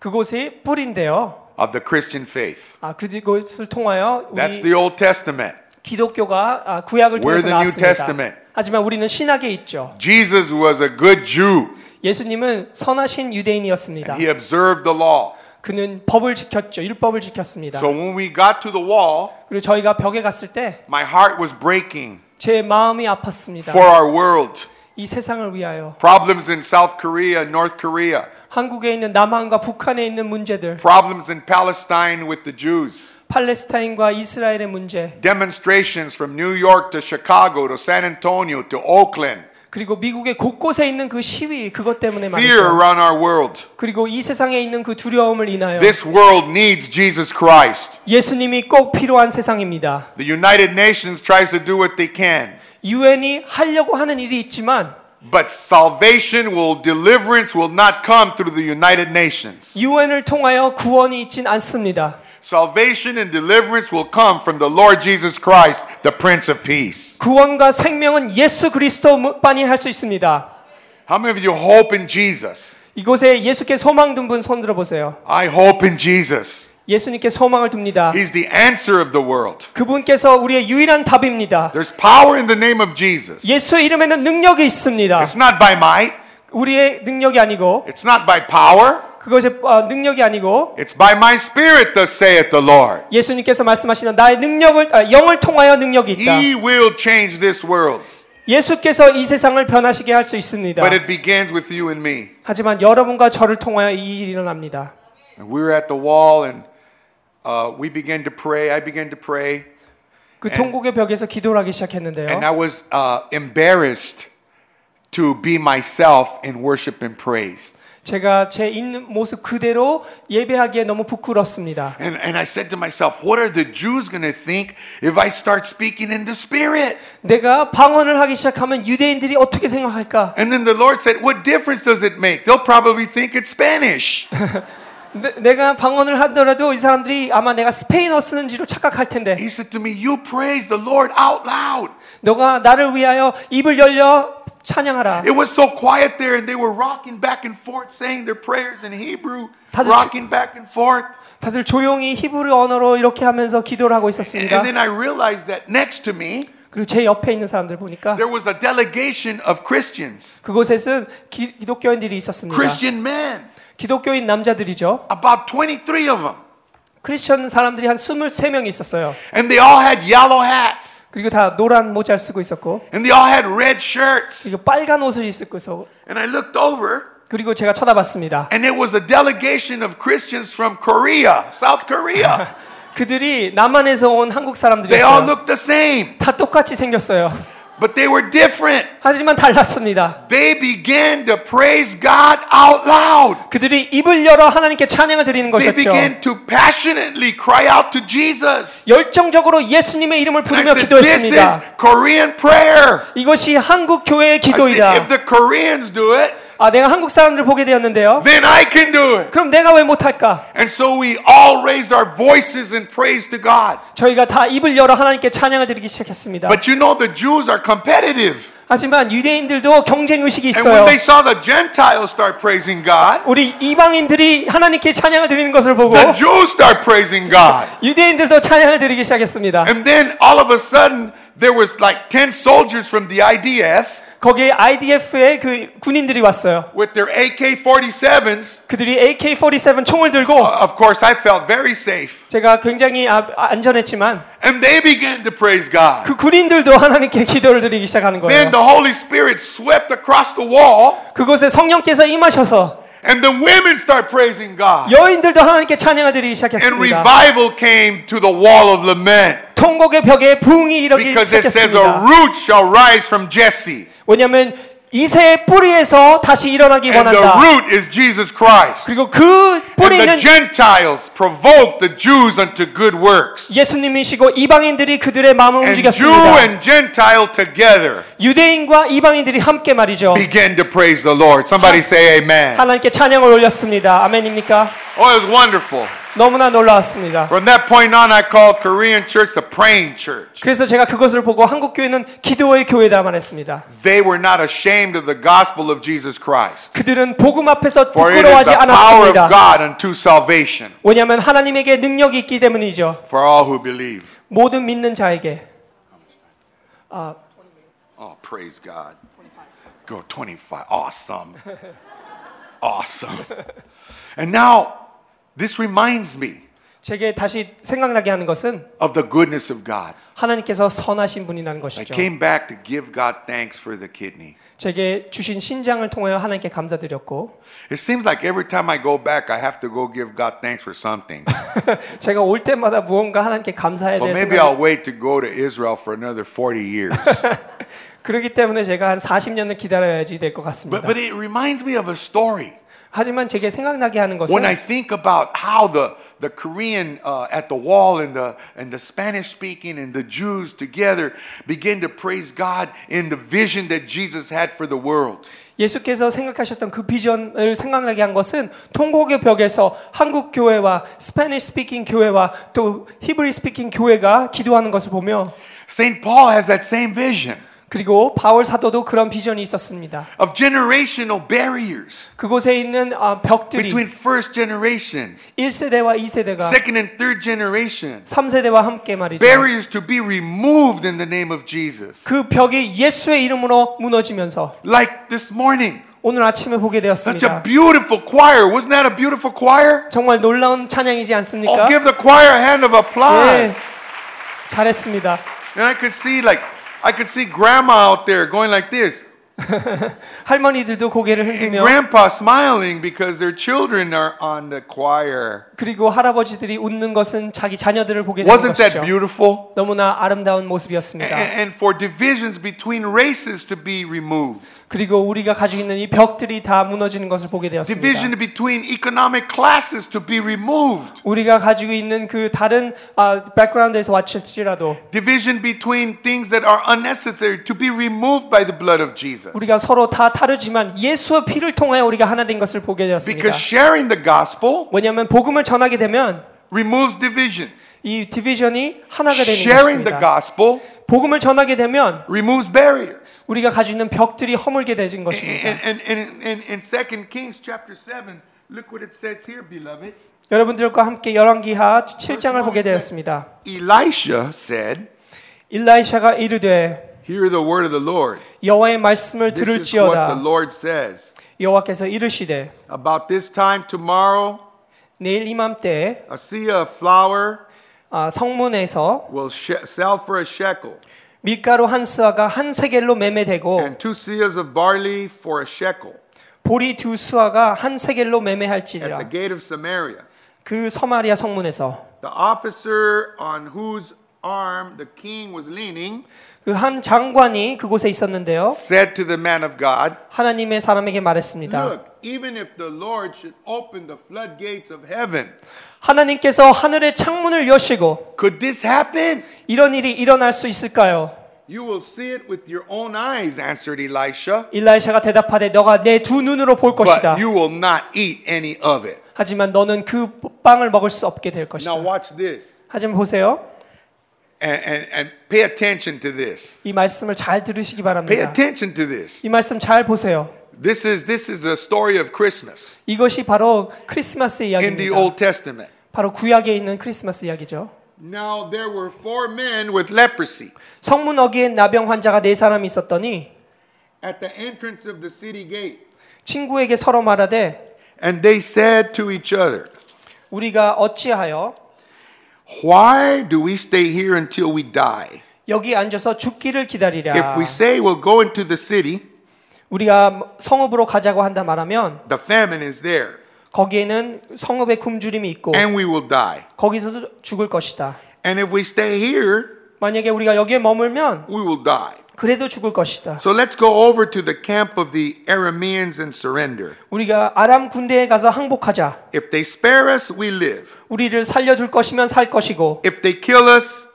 그곳이 뿌리인데요. of the Christian faith. 아, 그곳을 통하여 That's 우리 the Old Testament. 기독교가 아, 구약을 We're 통해서 the New 나왔습니다. Testament. 하지만 우리는 신학에 있죠. Jesus was a good Jew. 예수님은 선하신 유대인이었습니다. He observed the law. 그는 법을 지켰죠. 율법을 지켰습니다. So when we got to the wall, 그리고 저희가 벽에 갔을 때 my heart was breaking 제 마음이 for 아팠습니다. our world. 이 세상을 위하여 Problems in South Korea, North Korea, 한국에 있는 남한과 북한에 있는 문제들, problems in Palestine with the Jews, 팔레스타인과 이스라엘의 문제, demonstrations from New York to Chicago to San Antonio to Oakland, 그리고 미국의 곳곳에 있는 그 시위 그것 때문에 fear 말이죠. around our world. 그리고 이 세상에 있는 그 두려움을 인하여 This world needs Jesus Christ. 예수님이 꼭 필요한 세상입니다. The United Nations tries to do what they can, 유엔이 하려고 하는 일이 있지만 but salvation will, deliverance will not come through the United Nations. 유엔을 통하여 구원이 있진 않습니다. Salvation and deliverance will come from the Lord Jesus Christ, the Prince of Peace. 구원과 생명은 예수 그리스도만이 할 수 있습니다. How many of you hope in Jesus? 이곳에 예수께 소망 둔 분 손들어 보세요. I hope in Jesus. 예수님께 소망을 둡니다. He's the answer of the world. 그분께서 우리의 유일한 답입니다. There's power in the name of Jesus. 예수의 이름에는 능력이 있습니다. It's not by might, 우리의 능력이 아니고 it's not by power, 그것의 어, 능력이 아니고 it's by my spirit, thus saith the Lord. 예수님께서 말씀하시는 나의 능력을 아, 영을 통하여 능력이 있다. He will change this world, 예수께서 이 세상을 변화시게 할 수 있습니다. but it begins with you and me. 하지만 여러분과 저를 통하여 이 일이 일어납니다. And we were at the wall and uh, we began to pray. I began to pray. 그 통곡의 벽에서 기도를 하기 시작했는데요. And I was uh, embarrassed to be myself in worship and praise. 제가 제 있는 모습 그대로 예배하기에 너무 부끄럽습니다. And, and I said to myself, what are the Jews going to think if I start speaking in the Spirit? 내가 방언을 하기 시작하면 유대인들이 어떻게 생각할까? And then the Lord said, what difference does it make? They'll probably think it's Spanish. 내, 내가 방언을 하더라도 이 사람들이 아마 내가 스페인어 쓰는지로 착각할 텐데 he said to me, you praise the Lord out loud. 너가 나를 위하여 입을 열려 찬양하라. It was so quiet there, and they were rocking back and forth, saying their prayers in Hebrew, 다들 rocking back and forth. 다들 조용히 히브리 언어로 이렇게 하면서 기도를 하고 있었습니다. And then I realized that next to me, 그리고 제 옆에 있는 사람들 보니까 there was a delegation of Christians, 그곳에는 기, 기독교인들이 있었습니다. Christian men, 기독교인 남자들이죠. about 23 of them. 크리스천 사람들이 한 23명이 있었어요. And they all had yellow hats, 그리고 다 노란 모자를 쓰고 있었고 and they all had red shirts. 그리고 빨간 옷을 입고 있었고 And I looked over, 그리고 제가 쳐다봤습니다. and it was a delegation of Christians from Korea, South Korea. 그들이 남한에서 온 한국 They all 사람들이었어요. looked the same, 다 똑같이 생겼어요. but they were different. 하지만 달랐습니다. They began to praise God out loud. 그들이 입을 열어 하나님께 찬양을 드리는 They 것이었죠. began to passionately cry out to Jesus. 열정적으로 예수님의 이름을 And 부르며 I said, this is 기도했습니다. Korean prayer. 이것이 한국 교회의 I said, if 기도이다. the Koreans do it, 아, 내가 한국 사람들을 보게 되었는데요. then I can do it. 그럼 내가 왜 못할까? And so we all raised our voices in praise to God. 저희가 다 입을 열어 하나님께 찬양을 드리기 시작했습니다. But you know, the Jews are competitive. 하지만 유대인들도 경쟁 의식이 And when 있어요. they saw the Gentiles start praising God, 우리 이방인들이 하나님께 찬양을 드리는 것을 보고 the Jews start praising God. 유대인들도 찬양을 드리기 시작했습니다. And then all of a sudden, there was like 10 soldiers from the IDF 거기에 IDF의 그 군인들이 왔어요. with their AK 47s. 그들이 AK-47 총을 들고 Of course, I felt very safe. 제가 굉장히 아- 아- 안전했지만 And they began to praise God. 그 군인들도 하나님께 기도를 드리기 시작하는 거예요. Then the Holy Spirit swept across the wall, 그곳에 성령께서 임하셔서 and the women start praising God. 여인들도 하나님께 찬양을 드리기 And 시작했습니다. revival came to the wall of lament 통곡의 벽에 부흥이 일어나기 because it says, A 시작했습니다. root shall rise from Jesse, 왜냐하면 이새의 뿌리에서 다시 일어나기 and 원한다. the root is Jesus Christ. 그리고 그 And the 뿌리는 Gentiles provoked the Jews unto good works. 예수님이시고 이방인들이 그들의 마음을 And Jew 움직였습니다. and Gentile together 유대인과 이방인들이 함께 말이죠. began to praise the Lord. Somebody say, Amen. 하나님께 찬양을 올렸습니다. 아멘입니까? Oh, it was wonderful. 너무나 놀라웠습니다. From that point on, I called Korean church the praying church. 그래서 제가 그것을 보고 한국 교회는 기도의 교회다 말했습니다. They were not ashamed of the gospel of Jesus Christ. 그들은 복음 앞에서 For it is 부끄러워하지 the power of 않았습니다. God unto salvation 왜냐하면 하나님에게 능력이 있기 때문이죠. for all who believe. 모든 믿는 자에게 Oh, praise God. Go 25. Awesome. Awesome. And now, this reminds me 제게 다시 생각나게 하는 것은 of the goodness of God. 하나님께서 선하신 분이라는 I 것이죠. came back to give God thanks for the kidney. 제게 주신 신장을 통하여 하나님께 감사드렸고 It seems like every time I go back, I have to go give God thanks for something. 제가 올 때마다 무언가 하나님께 감사해야 So 될 maybe 생각. I'll wait to go to Israel for another 40 years. 그렇기 때문에 제가 한 40년을 기다려야지 될 것 But, 같습니다. but it reminds me of a story. 하지만 제게 생각나게 하는 것은 When I think about how the, the Korean uh, at the wall and the, and the Spanish speaking and the Jews together begin to praise God in the vision that Jesus had for the world. 예수께서 생각하셨던 그 비전을 생각나게 한 것은 통곡의 벽에서 한국 교회와 스페니쉬 스피킹 교회와 또 히브리 스피킹 교회가 기도하는 것을 보며 St. Paul has that same vision 그리고 바울 사도도 그런 비전이 있었습니다. of generational barriers 그곳에 있는 아, 벽들이 between first generation, 1세대와 2세대가 second and third generation, 3세대와 함께 말이죠. barriers to be removed in the name of Jesus. 그 벽이 예수의 이름으로 무너지면서 Like this morning, 오늘 아침에 such 보게 a 되었습니다. beautiful choir. Wasn't that a beautiful choir? 정말 놀라운 찬양이지 않습니까? Oh, give the choir a hand of 예, applause. 잘했습니다. And I could see like I could see grandma out there going like this. 할머니들도 고개를 And 흔들며 grandpa smiling because their children are on the choir. 그리고 할아버지들이 웃는 것은 자기 자녀들을 보게 되는 Wasn't that 것이죠. beautiful? 너무나 아름다운 A- 모습이었습니다. And for divisions between races to be removed, 그리고 우리가 가지고 있는 이 벽들이 다 무너지는 것을 보게 되었습니다. division between economic classes to be removed, 우리가 가지고 있는 그 다른 아, 백그라운드에서 왔을지라도 division between things that are unnecessary to be removed by the blood of Jesus. 우리가 서로 다 다르지만 예수의 피를 통하여 우리가 하나 된 것을 보게 되었습니다. Because sharing the gospel 왜냐하면 복음을 전하게 되면 removes division. 이 디비전이 하나가 되는 Sharing the 것입니다. gospel 복음을 전하게 되면 removes barriers. 우리가 가지고 있는 벽들이 허물게 되는 것입니다. And, and, and, and, in 2 Kings chapter 7, look what it says here, beloved. 여러분들과 함께 열왕기하 7장을 아, 보게 네. 되었습니다. Elisha said, 일라이샤가 이르되 Hear the word of the Lord. 여호와의 말씀을 This is what the 들을지어다 Lord says. 여호와께서 이르시되 About this time tomorrow, 내일 이맘때에 a sea of flour 아, 성문에서 will she- sell for a shekel, 밀가루 한 스와가 한 세겔로 매매되고 and two seahs of barley for a shekel 보리 두 스와가 한 세겔로 at the 매매할지니라 gate of Samaria. 그 서마리아 성문에서 The officer on whose arm the king was leaning 그 한 장관이 그곳에 있었는데요 said to the man of God, 하나님의 사람에게 말했습니다 Look, even if the Lord should open the floodgates of heaven, 하나님께서 하늘의 창문을 여시고 could this happen? 이런 일이 일어날 수 있을까요? You will see it with your own eyes, answered Elisha, 일라이샤가 대답하되 너가 내 두 눈으로 볼 것이다 but you will not eat any of it. 하지만 너는 그 빵을 먹을 수 없게 될 것이다 Now, watch this 하지만 보세요 and, and, and pay attention to this. 이 말씀을 잘 들으시기 Pay 바랍니다 attention to this. 이 말씀 잘 보세요 This is, this is a story of Christmas 이것이 바로 크리스마스 in the 이야기입니다 Old Testament. 바로 구약에 있는 크리스마스 이야기죠. Now, there were four men with leprosy 성문 어귀에 나병 환자가 네 사람이 있었더니 at the entrance of the city gate, 친구에게 서로 말하되 and they said to each other, 우리가 어찌하여 Why do we stay here until we die? 여기 앉아서 죽기를 기다리랴. If we say we'll go into the city, 우리가 성읍으로 가자고 한다 말하면 the famine is there, 거기에는 성읍의 굶주림이 있고 and we will die. 거기서도 죽을 것이다. And if we stay here, 만약에 우리가 여기에 머물면 we will die. 그래도 죽을 것이다. So let's go over to the camp of the Arameans and surrender. 우리가 아람 군대에 가서 항복하자. If they spare us, we live. 우리를 살려줄 것이면 살 것이고 If they kill us,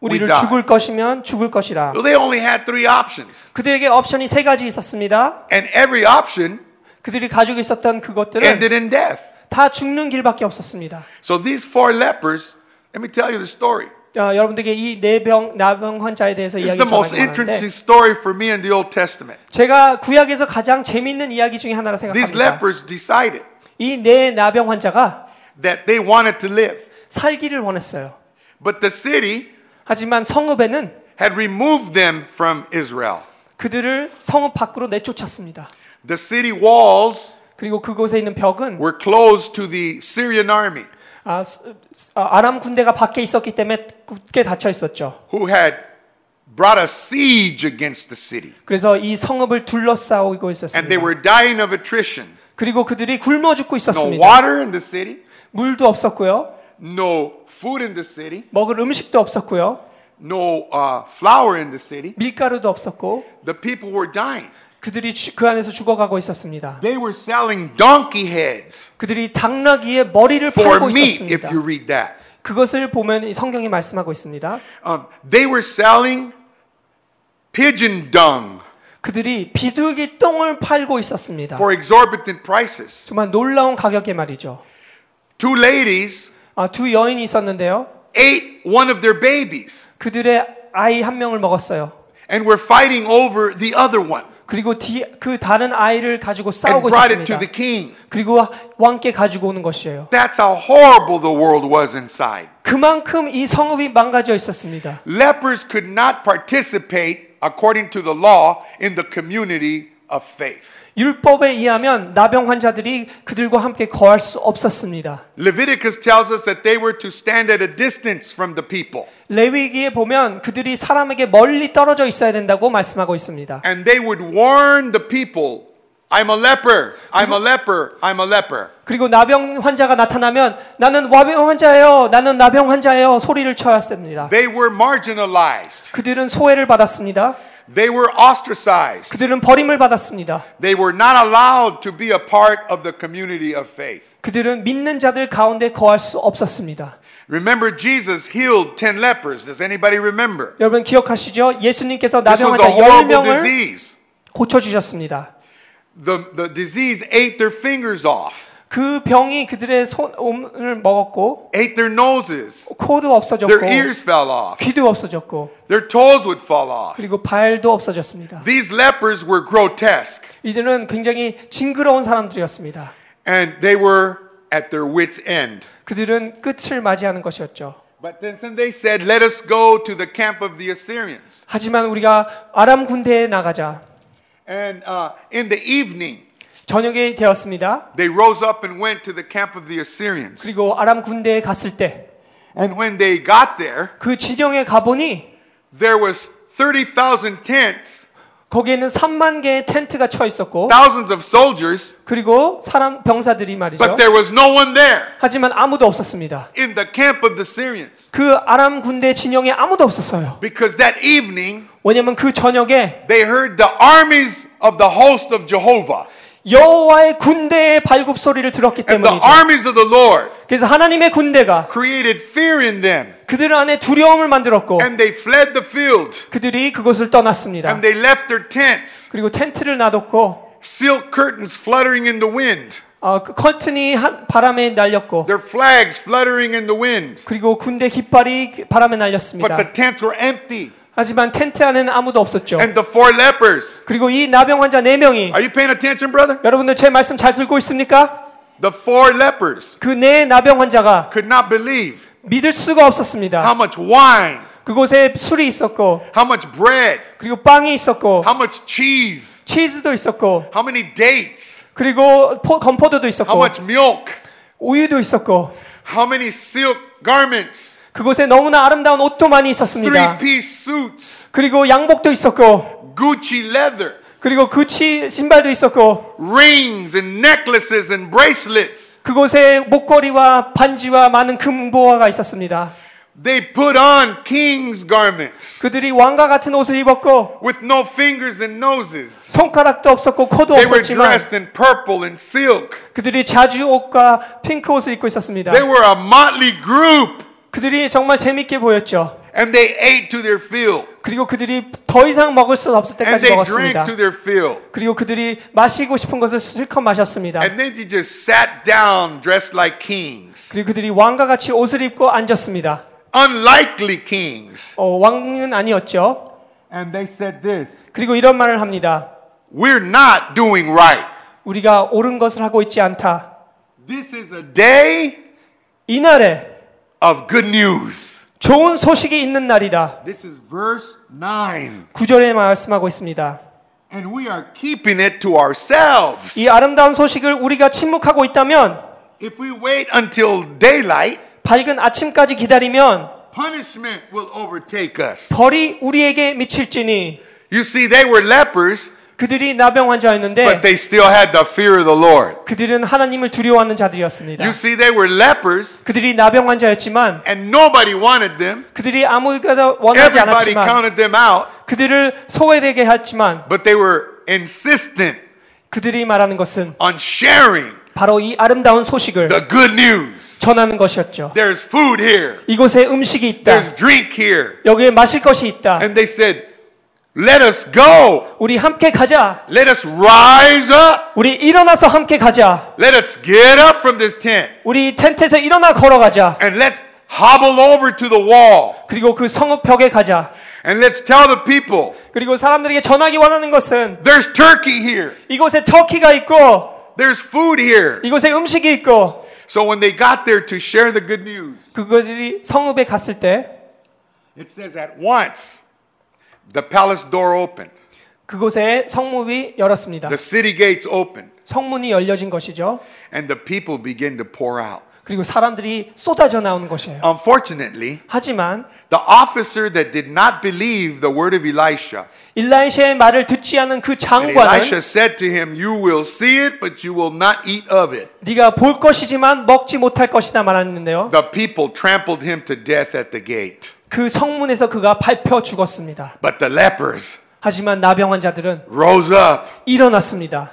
우리를 die. 죽을 것이면 죽을 것이라. well, they only had three options. 그들에게 옵션이 세 가지 있었습니다. And every option 그들이 가지고 있었던 그것들은 ended in death. 다 죽는 길밖에 없었습니다. So these four lepers, let me tell you the story. 아, 여러분들에게 이 내병 나병 환자에 대해서 It's 이야기 the 를 most 전하는데 interesting story for me in the Old Testament. 제가 구약에서 가장 재미있는 이야기 중에 하나라 These 생각합니다. lepers decided 이 네 나병 환자가 that they wanted to live, 살기를 원했어요. but the city 하지만 성읍에는 had removed them from Israel. 그들을 성읍 밖으로 내쫓았습니다. The city walls 그리고 그곳에 있는 벽은 were closed to the Syrian army, 아, 스- 스- 아, 아람 군대가 밖에 있었기 때문에 굳게 닫혀 있었죠. who had brought a siege against the city. 그래서 이 성읍을 둘러싸고 And they 있었습니다. were dying of attrition. 그리고 그들이 굶어 죽고 No 있었습니다. water in the city, 물도 없었고요. no food in the city, 먹을 음식도 없었고요. no uh, flour in the city. 밀가루도 없었고 The people were dying. 그들이 주- 그 안에서 죽어가고 있었습니다. They were selling donkey heads 그들이 당나귀의 머리를 for 팔고 meat, if 있었습니다. you read that. 그것을 보면 이 성경이 말씀하고 있습니다. Um, they were selling pigeon dung 그들이 비둘기 똥을 팔고 있었습니다. for exorbitant prices. 정말 놀라운 가격에 말이죠. Two ladies 아, 두 여인이 있었는데요. ate one of their babies 그들의 아이 한 명을 먹었어요. and were fighting over the other one 그리고 뒤, 그 다른 아이를 가지고 and 싸우고 brought it to 있었습니다. the king. 그리고 왕께 가지고 오는 것이에요. That's how horrible the world was inside. 그만큼 이 성읍이 망가져 있었습니다. Lepers could not participate, according to the law, in the community of faith. 율법에 의하면 나병 환자들이 그들과 함께 거할 수 없었습니다. Leviticus tells us that they were to stand at a distance from the people 레위기에 보면 그들이 사람에게 멀리 떨어져 있어야 된다고 말씀하고 있습니다. and they would warn the people, I'm a leper, I'm a leper, I'm a leper. 그리고 나병 환자가 나타나면 나는 와병 환자예요. 나는 나병 환자예요. 소리를 쳐야 합니다. They were marginalized, 그들은 소외를 받았습니다. they were ostracized, 그들은 버림을 받았습니다. they were not allowed to be a part of the community of faith. 그들은 믿는 자들 가운데 거할 수 없었습니다. Remember, Jesus healed 10 lepers. Does anybody remember? 여러분 기억하시죠? 예수님께서 This 나병 was 환자 a horrible 10명을 disease. 고쳐 주셨습니다. The, the disease ate their fingers off, 그 병이 그들의 손을 먹었고 ate their noses, 코도 their 없어졌고 ears fell off, 귀도 없어졌고 their toes would fall off. 그리고 발도 없어졌습니다. These lepers were grotesque 이들은 굉장히 징그러운 사람들이었습니다. and they were at their wits' end. 그들은 끝을 맞이하는 것이었죠. But then some- they said, Let us go to the camp of the Assyrians. 하지만 우리가 아람 군대에 나가자 And uh, in the evening, 저녁이 되었습니다. they rose up and went to the camp of the Assyrians. 그리고 아람 군대에 갔을 때 그 And when they got there, 진영에 가보니 there was 30,000 tents, 거기에는 3만 개의 텐트가 쳐 있었고 thousands of soldiers, 그리고 사람 병사들이 말이죠. but there was no one there 하지만 아무도 없었습니다. in the camp of the Syrians. 그 아람 군대 진영에 아무도 없었어요. Because that evening, 왜냐면 그 저녁에 they heard the armies of the host of Jehovah 여호와의 군대의 발굽 소리를 들었기 and the 때문이죠. armies of the Lord 그래서 하나님의 군대가 created fear in them. 그들 안에 두려움을 만들었고 And they fled the field. 그들이 그곳을 떠났습니다. And they left their tents, 그리고 텐트를 놔뒀고 silk curtains fluttering in the wind, 어, 그 커튼이 한- 바람에 날렸고 their flags fluttering in the wind. 그리고 군대 깃발이 바람에 날렸습니다. But the tents were empty. 하지만 텐트 안에는 아무도 없었죠. And the four lepers. 그리고 이 나병 환자 4명이 Are you paying attention, brother? 여러분들 제 말씀 잘 듣고 있습니까? The four lepers 그 네 나병 환자가 could not believe 믿을 수가 how 없었습니다. much wine, 그곳에 술이 있었고 how much bread, 그리고 빵이 있었고 how much cheese, 치즈도 있었고 how many dates, 그리고 포- 건포도도 how 있었고 much milk, 우유도 있었고 how many silk garments, 그곳에 너무나 아름다운 옷도 three 많이 있었습니다. piece suits, 그리고 양복도 있었고 Gucci leather. 그리고 그치 신발도 있었고 rings and necklaces and bracelets. 그곳에 목걸이와 반지와 많은 금보화가 있었습니다. They put on king's garments 그들이 왕과 같은 옷을 입었고 with no fingers and noses. 손가락도 없었고 코도 They were 없었지만 dressed in purple and silk. 그들이 자주 옷과 핑크 옷을 입고 있었습니다. They were a motley group 그들이 정말 재밌게 보였죠. and they ate to their fill 그리고 그들이 더 이상 먹을 수 없을 and 때까지 they drank 먹었습니다. to their fill. 그리고 그들이 마시고 싶은 것을 실컷 마셨습니다. And then they just sat down dressed like kings. 그리고 그들이 왕과 같이 옷을 입고 앉았습니다. Unlikely kings. 어, 왕은 아니었죠. And they said this 그리고 이런 말을 합니다. We're not doing right. 우리가 옳은 것을 하고 있지 않다. This is a day 이날에 of good news. 좋은 소식이 있는 날이다. This is verse 9. 구절에 말씀하고 있습니다. And we are keeping it to ourselves. 이 아름다운 소식을 우리가 침묵하고 있다면 If we wait until daylight, 밝은 아침까지 기다리면 punishment will overtake us. 벌이 우리에게 미칠지니 You see, they were lepers, 그들이 나병 환자였는데 but they still had the fear of the Lord. 그들은 하나님을 두려워하는 자들이었습니다. You see, they were lepers, 그들이 나병 환자였지만 and nobody wanted them. 그들이 아무도 원하지 Everybody 않았지만 counted them out, 그들을 소외되게 했지만 but they were insistent 그들이 말하는 것은 on sharing 바로 이 아름다운 소식을 the good news. 전하는 것이었죠. There's food here, 이곳에 음식이 있다. there's drink here. 여기에 마실 것이 있다. And they said, Let us go, 우리 함께 가자. let us rise up. 우리 일어나서 함께 가자. Let us get up from this tent 우리 텐트에서 일어나 걸어가자. and let's hobble over to the wall 그리고 그 성읍 벽에 가자. and let's tell the people 그리고 사람들에게 전하기 원하는 것은 there's turkey here, 이곳에 터키가 있고 there's food here. 이곳에 음식이 있고 So when they got there to share the good news, 그것이 성읍에 갔을 때 it says at once the palace door opened 그곳에 성문이 열었습니다. The city gates opened, 성문이 열려진 것이죠. and the people begin to pour out. 그리고 사람들이 쏟아져 나오는 것이에요. Unfortunately, 하지만 the officer that did not believe the word of Elisha, 일라이샤의 말을 듣지 않은 그 and 장관은 Elisha said to him, You will see it, but you will not eat of it. 네가 볼 것이지만 먹지 못할 것이다 말았는데요. The people trampled him to death at the gate. 그 성문에서 그가 밟혀 죽었습니다. But the lepers 하지만 나병 환자들은 rose up, 일어났습니다.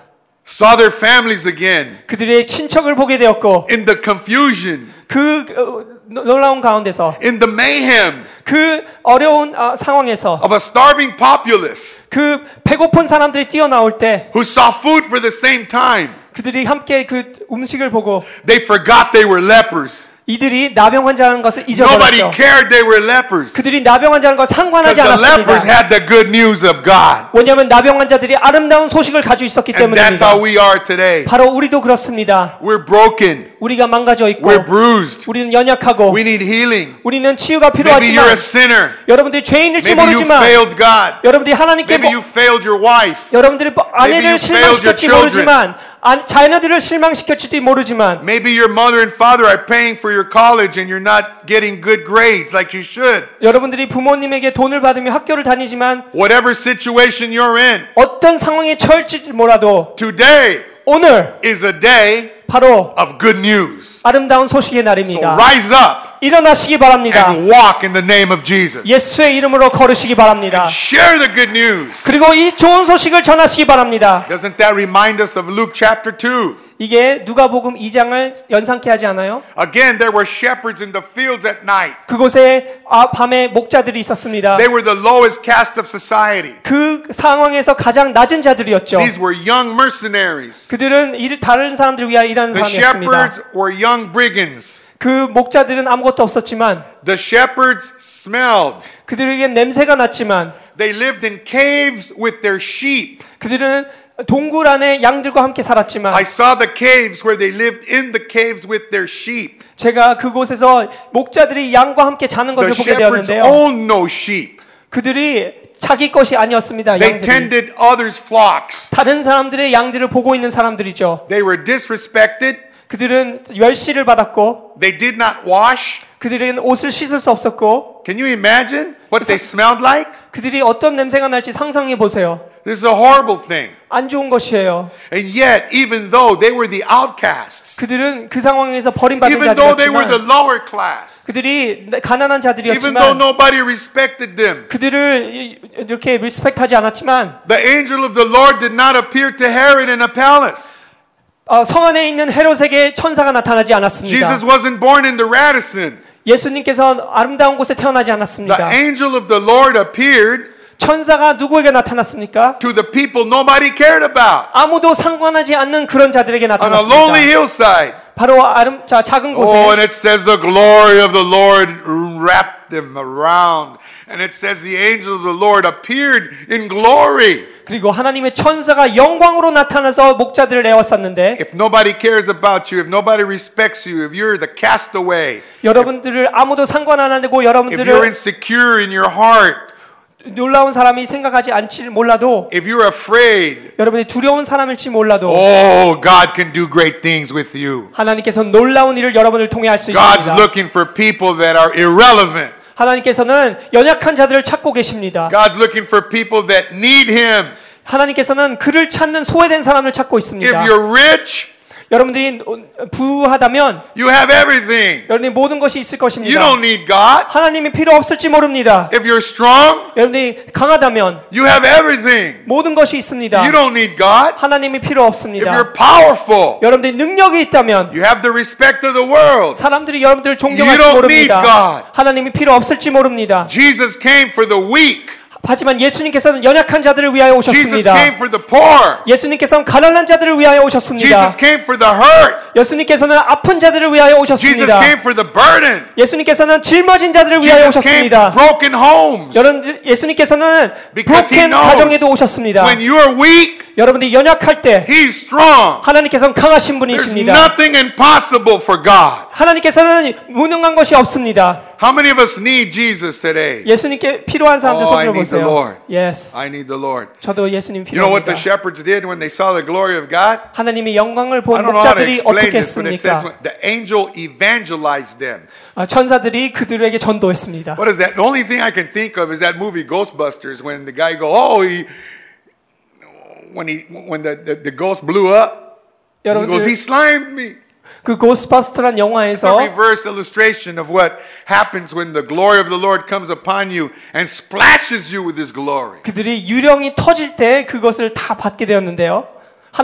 saw their families again 그들의 친척을 보게 되었고 in the confusion, 그 어, 노- 놀라운 가운데서 in the mayhem 그 어려운 아, 상황에서 of a starving populace 그 배고픈 사람들이 뛰어나올 때 who saw food for the same time. 그들이 함께 그 음식을 보고 They forgot they were lepers. 이들이 나병 환자라는 것을 Nobody 잊어버렸죠. cared they were lepers. 그들이 나병 환자라는 걸 상관하지 Because the lepers 않았습니다. had the good news of God. 왜냐하면 나병 환자들이 아름다운 소식을 가지고 있었기 And that's how 때문입니다. we are today. 바로 우리도 그렇습니다. We're broken. 우리가 망가져 있고 We're bruised. 우리는 연약하고 We need healing. 우리는 치유가 Maybe you're 필요하지만 a sinner. 여러분들이 죄인일지 Maybe you 모르지만 failed God. 여러분들이 하나님께 Maybe you 뭐, failed your wife. 여러분들이 뭐 Maybe you 아내를 실망시킬지 failed your children. 모르지만 아, 자녀들을 실망시킬지도 모르지만 Maybe your mother and father are paying for your college and you're not getting good grades like you should. 여러분들이 부모님에게 돈을 받으며 학교를 다니지만 Whatever situation you're in, 어떤 상황에 처할지 몰라도 today 오늘 is a day 바로 of good news. 아름다운 소식의 So 날입니다. rise up 일어나시기 바랍니다. and walk in the name of Jesus. 예수의 이름으로 걸으시기 바랍니다. Share the good news. 그리고 이 좋은 소식을 전하시기 바랍니다. Doesn't that remind us of Luke chapter 2? 이게 누가복음 2장을 연상케 하지 않아요? Again, there were shepherds in the fields at night. 그곳에 아, 밤에 목자들이 있었습니다. They were the lowest caste of society. 그 상황에서 가장 낮은 자들이었죠. These were young mercenaries. 그들은 일, 다른 사람들을 위하여 일하는 The 사람이었습니다. shepherds were young brigands. 그 목자들은 아무것도 없었지만 The shepherds smelled. 그들에게 냄새가 났지만 They lived in caves with their sheep. 그들은 동굴 안에 양들과 함께 I 살았지만 saw the caves where they lived in the caves with their sheep. 제가 그곳에서 목자들이 양과 함께 자는 The 것을 보게 shepherds 되었는데요. owned no sheep. 그들이 자기 것이 아니었습니다. They 양들이. tended others' flocks. 다른 사람들의 양들을 보고 있는 사람들이죠. They were disrespected. 그들은 멸시를 받았고 They did not wash. 그들은 옷을 씻을 수 없었고 Can you imagine what they smelled like? 그들이 어떤 냄새가 날지 상상해 보세요. This is a horrible thing. 안 좋은 것이에요. And yet, even though they were the outcasts, 그들은 그 상황에서 버림받은 even though they were the 자들이었지만 lower class, 그들이 even 가난한 though 자들이었지만 nobody respected them, 그들을 이- 이렇게 리스펙하지 않았지만 the angel of the Lord did not appear to Herod in a palace. 어, 성 안에 있는 헤롯에게 천사가 나타나지 않았습니다. Jesus wasn't born in the Radisson. 예수님께서 아름다운 곳에 태어나지 The 않았습니다. angel of the Lord appeared 천사가 누구에게 나타났습니까? to the people nobody cared about 아무도 상관하지 않는 그런 자들에게 on a lonely 나타났습니다. hillside. 바로 아름 자 작은 Oh, and 곳에 it says the glory of the Lord wrapped them around. And it says the angel of the Lord appeared in glory. 그리고 하나님의 천사가 영광으로 나타나서 목자들을 애웠었는데 If nobody cares about you, if nobody respects you, if you're the castaway, 여러분들을 아무도 상관 안 하고 if you're 여러분들을 insecure in your heart, 놀라운 사람이 생각하지 않지 몰라도 if you're afraid, 여러분이 두려운 사람일지 몰라도 oh, God can do great things with you. 하나님께서 놀라운 일을 여러분을 통해 할 수 God's 있습니다. looking for people that are irrelevant. 하나님께서는 연약한 자들을 찾고 계십니다. God's looking for people that need Him. 하나님께서는 그를 찾는 소외된 사람을 찾고 If 있습니다. you're rich, 여러분들이 부하다면 you have everything. 여러분이 모든 것이 있을 You 것입니다. don't need God. 하나님이 필요 없을지 모릅니다. If you're strong, 여러분이 강하다면 you have everything. 모든 것이 있습니다. You don't need God. 하나님이 필요 If 없습니다. you're powerful, 여러분들이 능력이 있다면 you have the respect of the world. 사람들이 여러분들을 You 존경할지 don't need 모릅니다. God. 하나님이 필요 없을지 모릅니다. Jesus came for the weak. 하지만 예수님께서는 연약한 자들을 위하여 Jesus 오셨습니다. came for the poor. 예수님께서는 가난한 자들을 위하여 오셨습니다. Jesus came for the hurt. 예수님께서는 아픈 자들을 위하여 Jesus 오셨습니다. came for the burden. 예수님께서는 짊어진 자들을 위하여 Jesus came for 오셨습니다. broken homes. 여러분들 예수님께서는 Because he 브로켄 knows 가정에도 오셨습니다. When you're weak, 여러분들이 연약할 때 He's strong. 하나님께서는 강하신 There's 분이십니다. nothing impossible for God. 하나님께서는 무능한 것이 없습니다. How many of us need Jesus today? 예수님께 필요한 사람들 Oh, I 손들어 need the 보세요. Lord. Yes. I need the Lord. 저도 예수님 You know what the 필요합니다. shepherds did when they saw the glory of God? 하나님이 I 영광을 본 don't know how to 목자들이 explain 어떻게 this, but it says 했습니까? when the angel evangelized them. 아, 천사들이 그들에게 전도했습니다. What is that? The only thing I can think of is that movie Ghostbusters when the guy go, oh, he, when he, when the, the, the ghost blew up, and he goes, he 여러분들 slimed me. 그 고스바스터란 The 영화에서 reverse illustration of what happens when the glory of the Lord comes upon you and splashes you with His glory. 그들이 유령이 터질 때 그것을 다 받게 되었는데요. God.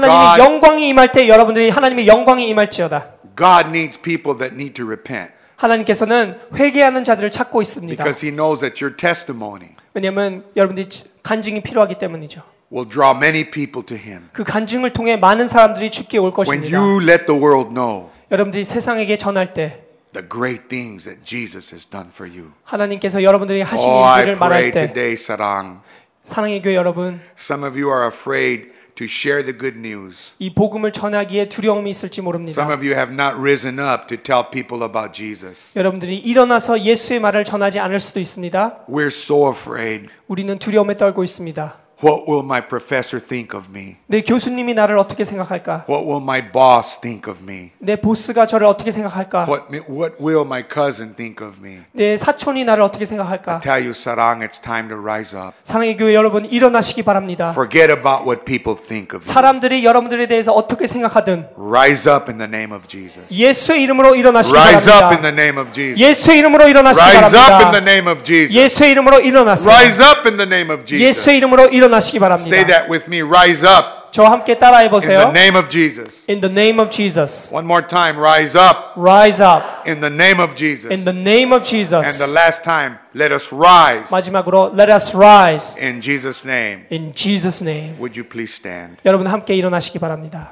하나님의 영광이 임할 때 여러분들이 하나님의 영광이 임할지어다. God needs people that need to repent 하나님께서는 회개하는 자들을 찾고 있습니다. because He knows that your testimony 왜냐하면 여러분들이 지- 간증이 필요하기 때문이죠. will draw many people to Him. 그 간증을 통해 많은 사람들이 죽게 올 When 것입니다. you let the world know 여러분들이 세상에게 전할 때 the great things that Jesus has done for you. 하나님께서 여러분들이 하신 Oh, I 일들을 pray 말할 때 today, Sarang. 사랑의 교회 여러분 Some of you are afraid to share the good news. 이 복음을 전하기에 두려움이 있을지 모릅니다. Some of you have not risen up to tell people about Jesus. 여러분들이 일어나서 예수의 말을 전하지 않을 수도 있습니다. We're so afraid. 우리는 두려움에 떨고 있습니다. What will my professor think of me? 내 교수님이 나를 어떻게 생각할까? What will my boss think of me? 내 보스가 저를 어떻게 생각할까? What, what will my cousin think of me? 내 사촌이 나를 어떻게 생각할까? Tell you, Sarang, it's time to rise up. 사랑의 교회 여러분 일어나시기 바랍니다. Forget about what people think of you. 사람들이 여러분들에 대해서 어떻게 생각하든 Rise up in the name of Jesus. 예수의 이름으로 일어나시기 Rise up in 바랍니다. the name of Jesus. 예수의 이름으로 일어나시기 Rise up in the 바랍니다. name of Jesus. 예수의 이름으로 일어나세요. Rise up in the name of Jesus. 예수의 이름으로 일어나시기 Say 바랍니다. that with me. Rise up 저와 함께 in 따라해 the 보세요. name of Jesus. In the name of Jesus. One more time. Rise up Rise up. in the name of In Jesus. the name of And the Jesus. last time, let us rise 마지막으로 let us rise in Jesus' name. in Jesus name. Would you please stand? 여러분 함께 일어나시기 바랍니다.